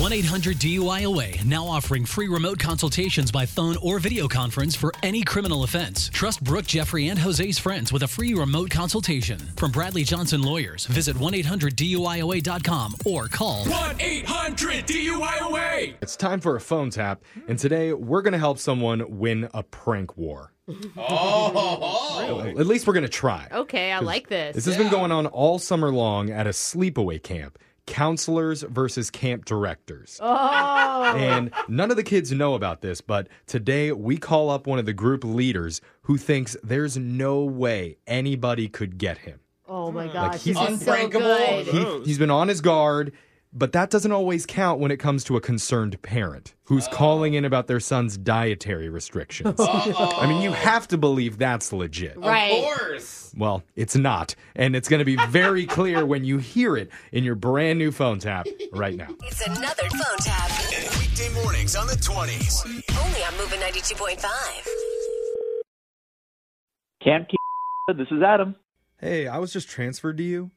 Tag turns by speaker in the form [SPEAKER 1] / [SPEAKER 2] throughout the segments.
[SPEAKER 1] 1 800 DUIOA now offering free remote consultations by phone or video conference for any criminal offense. Trust Brooke, Jeffrey, and Jose's friends with a free remote consultation. From Bradley Johnson Lawyers, visit 1 800 DUIOA.com or call
[SPEAKER 2] 1 800 DUIOA.
[SPEAKER 3] It's time for a phone tap, and today we're going to help someone win a prank war.
[SPEAKER 2] Oh,
[SPEAKER 3] At least we're going to try.
[SPEAKER 4] Okay, I like this.
[SPEAKER 3] This has been going on all summer long at a sleepaway camp. Counselors versus camp directors.
[SPEAKER 4] oh,
[SPEAKER 3] And none of the kids know about this, but today we call up one of the group leaders who thinks there's no way anybody could get him.
[SPEAKER 4] oh my gosh,
[SPEAKER 3] he's
[SPEAKER 4] this is so
[SPEAKER 2] unbreakable.
[SPEAKER 4] good.
[SPEAKER 3] He, he's been on his guard, but that doesn't always count when it comes to a concerned parent who's calling in about their son's dietary restrictions. I mean, you have to believe that's legit.
[SPEAKER 2] of
[SPEAKER 4] Right.
[SPEAKER 2] course.
[SPEAKER 3] Well, it's not. And it's going to be very clear when you hear it in your brand new phone tap right now.
[SPEAKER 5] It's another phone tap.
[SPEAKER 6] Weekday mornings on the 20s.
[SPEAKER 5] Only on Moving 92.5.
[SPEAKER 7] Camp Key. This is Adam.
[SPEAKER 3] Hey, I was just transferred to you.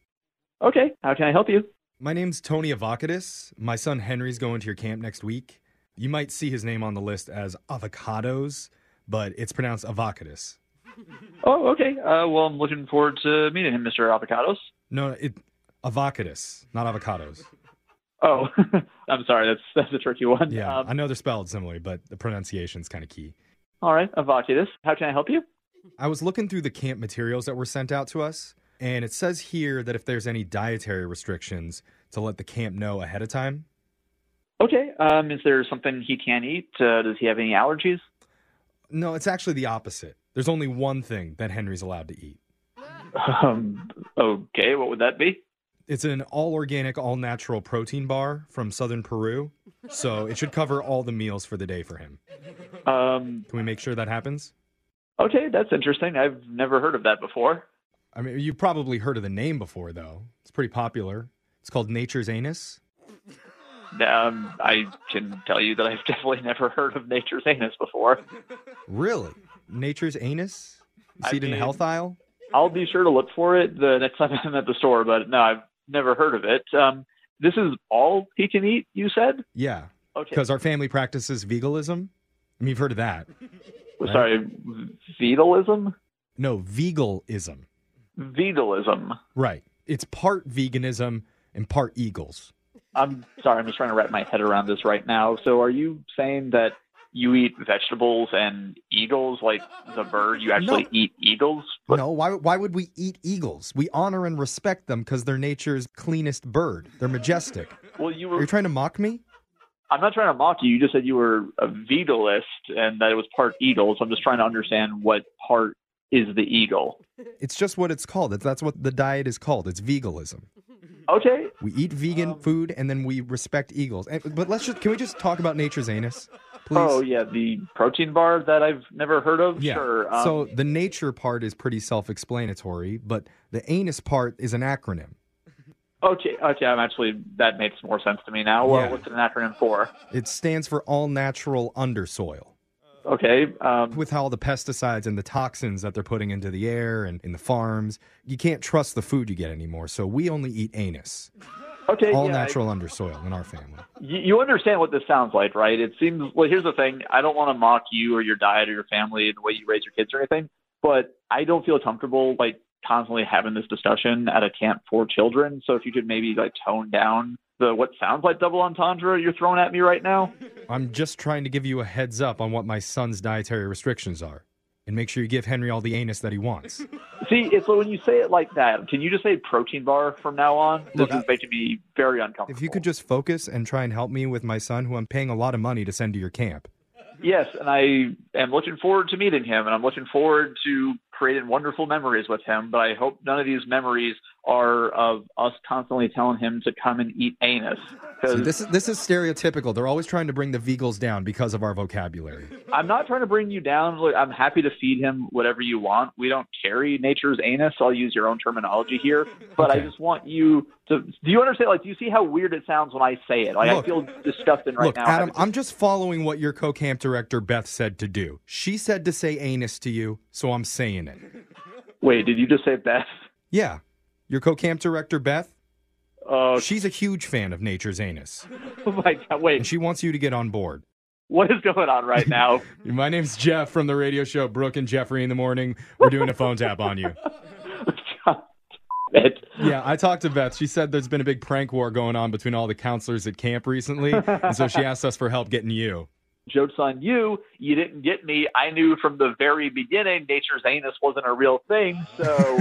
[SPEAKER 7] Okay, how can I help you?
[SPEAKER 3] My name's Tony Avocatus. My son Henry's going to your camp next week. You might see his name on the list as Avocados, but it's pronounced Avocatus.
[SPEAKER 7] Oh, okay. Uh, well, I'm looking forward to meeting him, Mr. Avocados.
[SPEAKER 3] No, it Avocatus, not avocados.
[SPEAKER 7] Oh, I'm sorry. That's that's a tricky one.
[SPEAKER 3] Yeah, I
[SPEAKER 7] Um,
[SPEAKER 3] know they're spelled similarly, but the pronunciation's kind of key.
[SPEAKER 7] all right, Avocados. How can I help you?
[SPEAKER 3] I was looking through the camp materials that were sent out to us, and it says here that if there's any dietary restrictions, to let the camp know ahead of time.
[SPEAKER 7] Okay. Um, is there something he can't eat? Uh, does he have any allergies?
[SPEAKER 3] No, it's actually the opposite. There's only one thing that Henry's allowed to eat.
[SPEAKER 7] Um, okay. What would that be?
[SPEAKER 3] It's an all organic, all natural protein bar from southern Peru, so it should cover all the meals for the day for him.
[SPEAKER 7] Um,
[SPEAKER 3] Can we make sure that happens?
[SPEAKER 7] okay, that's interesting. I've never heard of that before.
[SPEAKER 3] I mean, you've probably heard of the name before, though. It's pretty popular. It's called Nature's Anus.
[SPEAKER 7] Um, I can tell you that I've definitely never heard of Nature's Anus before.
[SPEAKER 3] Really? Nature's Anus? You
[SPEAKER 7] I
[SPEAKER 3] see it in the
[SPEAKER 7] mean-
[SPEAKER 3] health aisle?
[SPEAKER 7] I'll be sure to look for it the next time I'm at the store, but no, I've never heard of it. Um, this is all he can eat, you said?
[SPEAKER 3] Yeah,
[SPEAKER 7] Okay.
[SPEAKER 3] because our family practices veganism. I mean, you've heard of that.
[SPEAKER 7] Sorry, vitalism?
[SPEAKER 3] No, veganism.
[SPEAKER 7] Vitalism.
[SPEAKER 3] Right. It's part veganism and part eagles.
[SPEAKER 7] I'm sorry, I'm just trying to wrap my head around this right now. So are you saying that you eat vegetables and eagles, like the bird? You actually
[SPEAKER 3] No.
[SPEAKER 7] eat eagles?
[SPEAKER 3] No, why, why would we eat eagles? We honor and respect them because they're nature's cleanest bird. They're majestic.
[SPEAKER 7] Well, you
[SPEAKER 3] Are
[SPEAKER 7] were.
[SPEAKER 3] you trying to mock me?
[SPEAKER 7] I'm not trying to mock you. You just said you were a vitalist and that it was part eagle. So I'm just trying to understand what part is the eagle.
[SPEAKER 3] It's just what it's called. That's- That's what the diet is called. It's veganism.
[SPEAKER 7] Okay,
[SPEAKER 3] We eat vegan
[SPEAKER 7] Um,
[SPEAKER 3] food and then we respect eagles. And, but let's just can we just talk about nature's anus, please?
[SPEAKER 7] Oh yeah, the protein bar that I've never heard of. Sure. Um,
[SPEAKER 3] so the nature part is pretty self-explanatory, but the anus part is an acronym.
[SPEAKER 7] okay, okay, I'm actually that makes more sense to me now. Well,
[SPEAKER 3] Yeah.
[SPEAKER 7] what's an acronym for?
[SPEAKER 3] It stands for all natural undersoil.
[SPEAKER 7] Okay. Um,
[SPEAKER 3] With all the pesticides and the toxins that they're putting into the air and in the farms, you can't trust the food you get anymore. So we only eat anus,
[SPEAKER 7] okay.
[SPEAKER 3] all
[SPEAKER 7] yeah,
[SPEAKER 3] natural undersoil in our family.
[SPEAKER 7] I- you, you understand what this sounds like, right? It seems. Well, here's the thing. I don't want to mock you or your diet or your family and the way you raise your kids or anything, but I don't feel comfortable like constantly having this discussion at a camp for children. So if you could maybe like tone down the what sounds like double entendre you're throwing at me right now.
[SPEAKER 3] I'm just trying to give you a heads up on what my son's dietary restrictions are, and make sure you give Henry all the anus that he wants.
[SPEAKER 7] See, it's when you say it like that. Can you just say protein bar from now on? This
[SPEAKER 3] Look,
[SPEAKER 7] is making me very uncomfortable.
[SPEAKER 3] If you could just focus and try and help me with my son, who I'm paying a lot of money to send to your camp.
[SPEAKER 7] yes, and I am looking forward to meeting him, and I'm looking forward to creating wonderful memories with him. But I hope none of these memories are of us constantly telling him to come and eat anus.
[SPEAKER 3] See,
[SPEAKER 7] Because
[SPEAKER 3] this is this is stereotypical. They're always trying to bring the vegals down because of our vocabulary.
[SPEAKER 7] I'm not trying to bring you down. Look, I'm happy to feed him whatever you want. We don't carry nature's anus. I'll use your own terminology here, but
[SPEAKER 3] Okay.
[SPEAKER 7] I just want you to. Do you understand? Like, do you see how weird it sounds when I say it? Like,
[SPEAKER 3] Look.
[SPEAKER 7] I feel disgusting right
[SPEAKER 3] Look,
[SPEAKER 7] now.
[SPEAKER 3] Adam,
[SPEAKER 7] having
[SPEAKER 3] I'm just following what your co-camp director Beth said to do. She said to say anus to you, so I'm saying it.
[SPEAKER 7] Wait, did you just say Beth?
[SPEAKER 3] Yeah, your co-camp director Beth.
[SPEAKER 7] Oh,
[SPEAKER 3] She's a huge fan of nature's anus,
[SPEAKER 7] my God.
[SPEAKER 3] and
[SPEAKER 7] Wait,
[SPEAKER 3] she wants you to get on board.
[SPEAKER 7] what is going on right now?
[SPEAKER 3] My name's Jeff from the radio show Brooke and Jeffrey in the Morning. We're doing a phone tap on you.
[SPEAKER 7] It-
[SPEAKER 3] Yeah, I talked to Beth. She said there's been a big prank war going on between all the counselors at camp recently, and so she asked us for help getting you.
[SPEAKER 7] Joke's on you. You didn't get me. I knew from the very beginning nature's anus wasn't a real thing. So,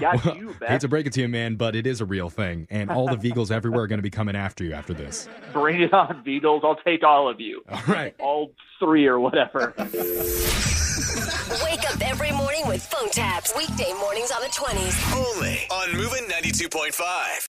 [SPEAKER 7] got
[SPEAKER 3] Well,
[SPEAKER 7] you,
[SPEAKER 3] hate
[SPEAKER 7] Beth.
[SPEAKER 3] to break it to you, man, but it is a real thing, and all the Vegals everywhere are going to be coming after you after this.
[SPEAKER 7] Bring it on, Beatles. I'll take all of you.
[SPEAKER 3] All right.
[SPEAKER 7] All three or whatever.
[SPEAKER 5] Wake up every morning with phone taps. Weekday mornings on the 20s.
[SPEAKER 6] Only on Moving 92.5.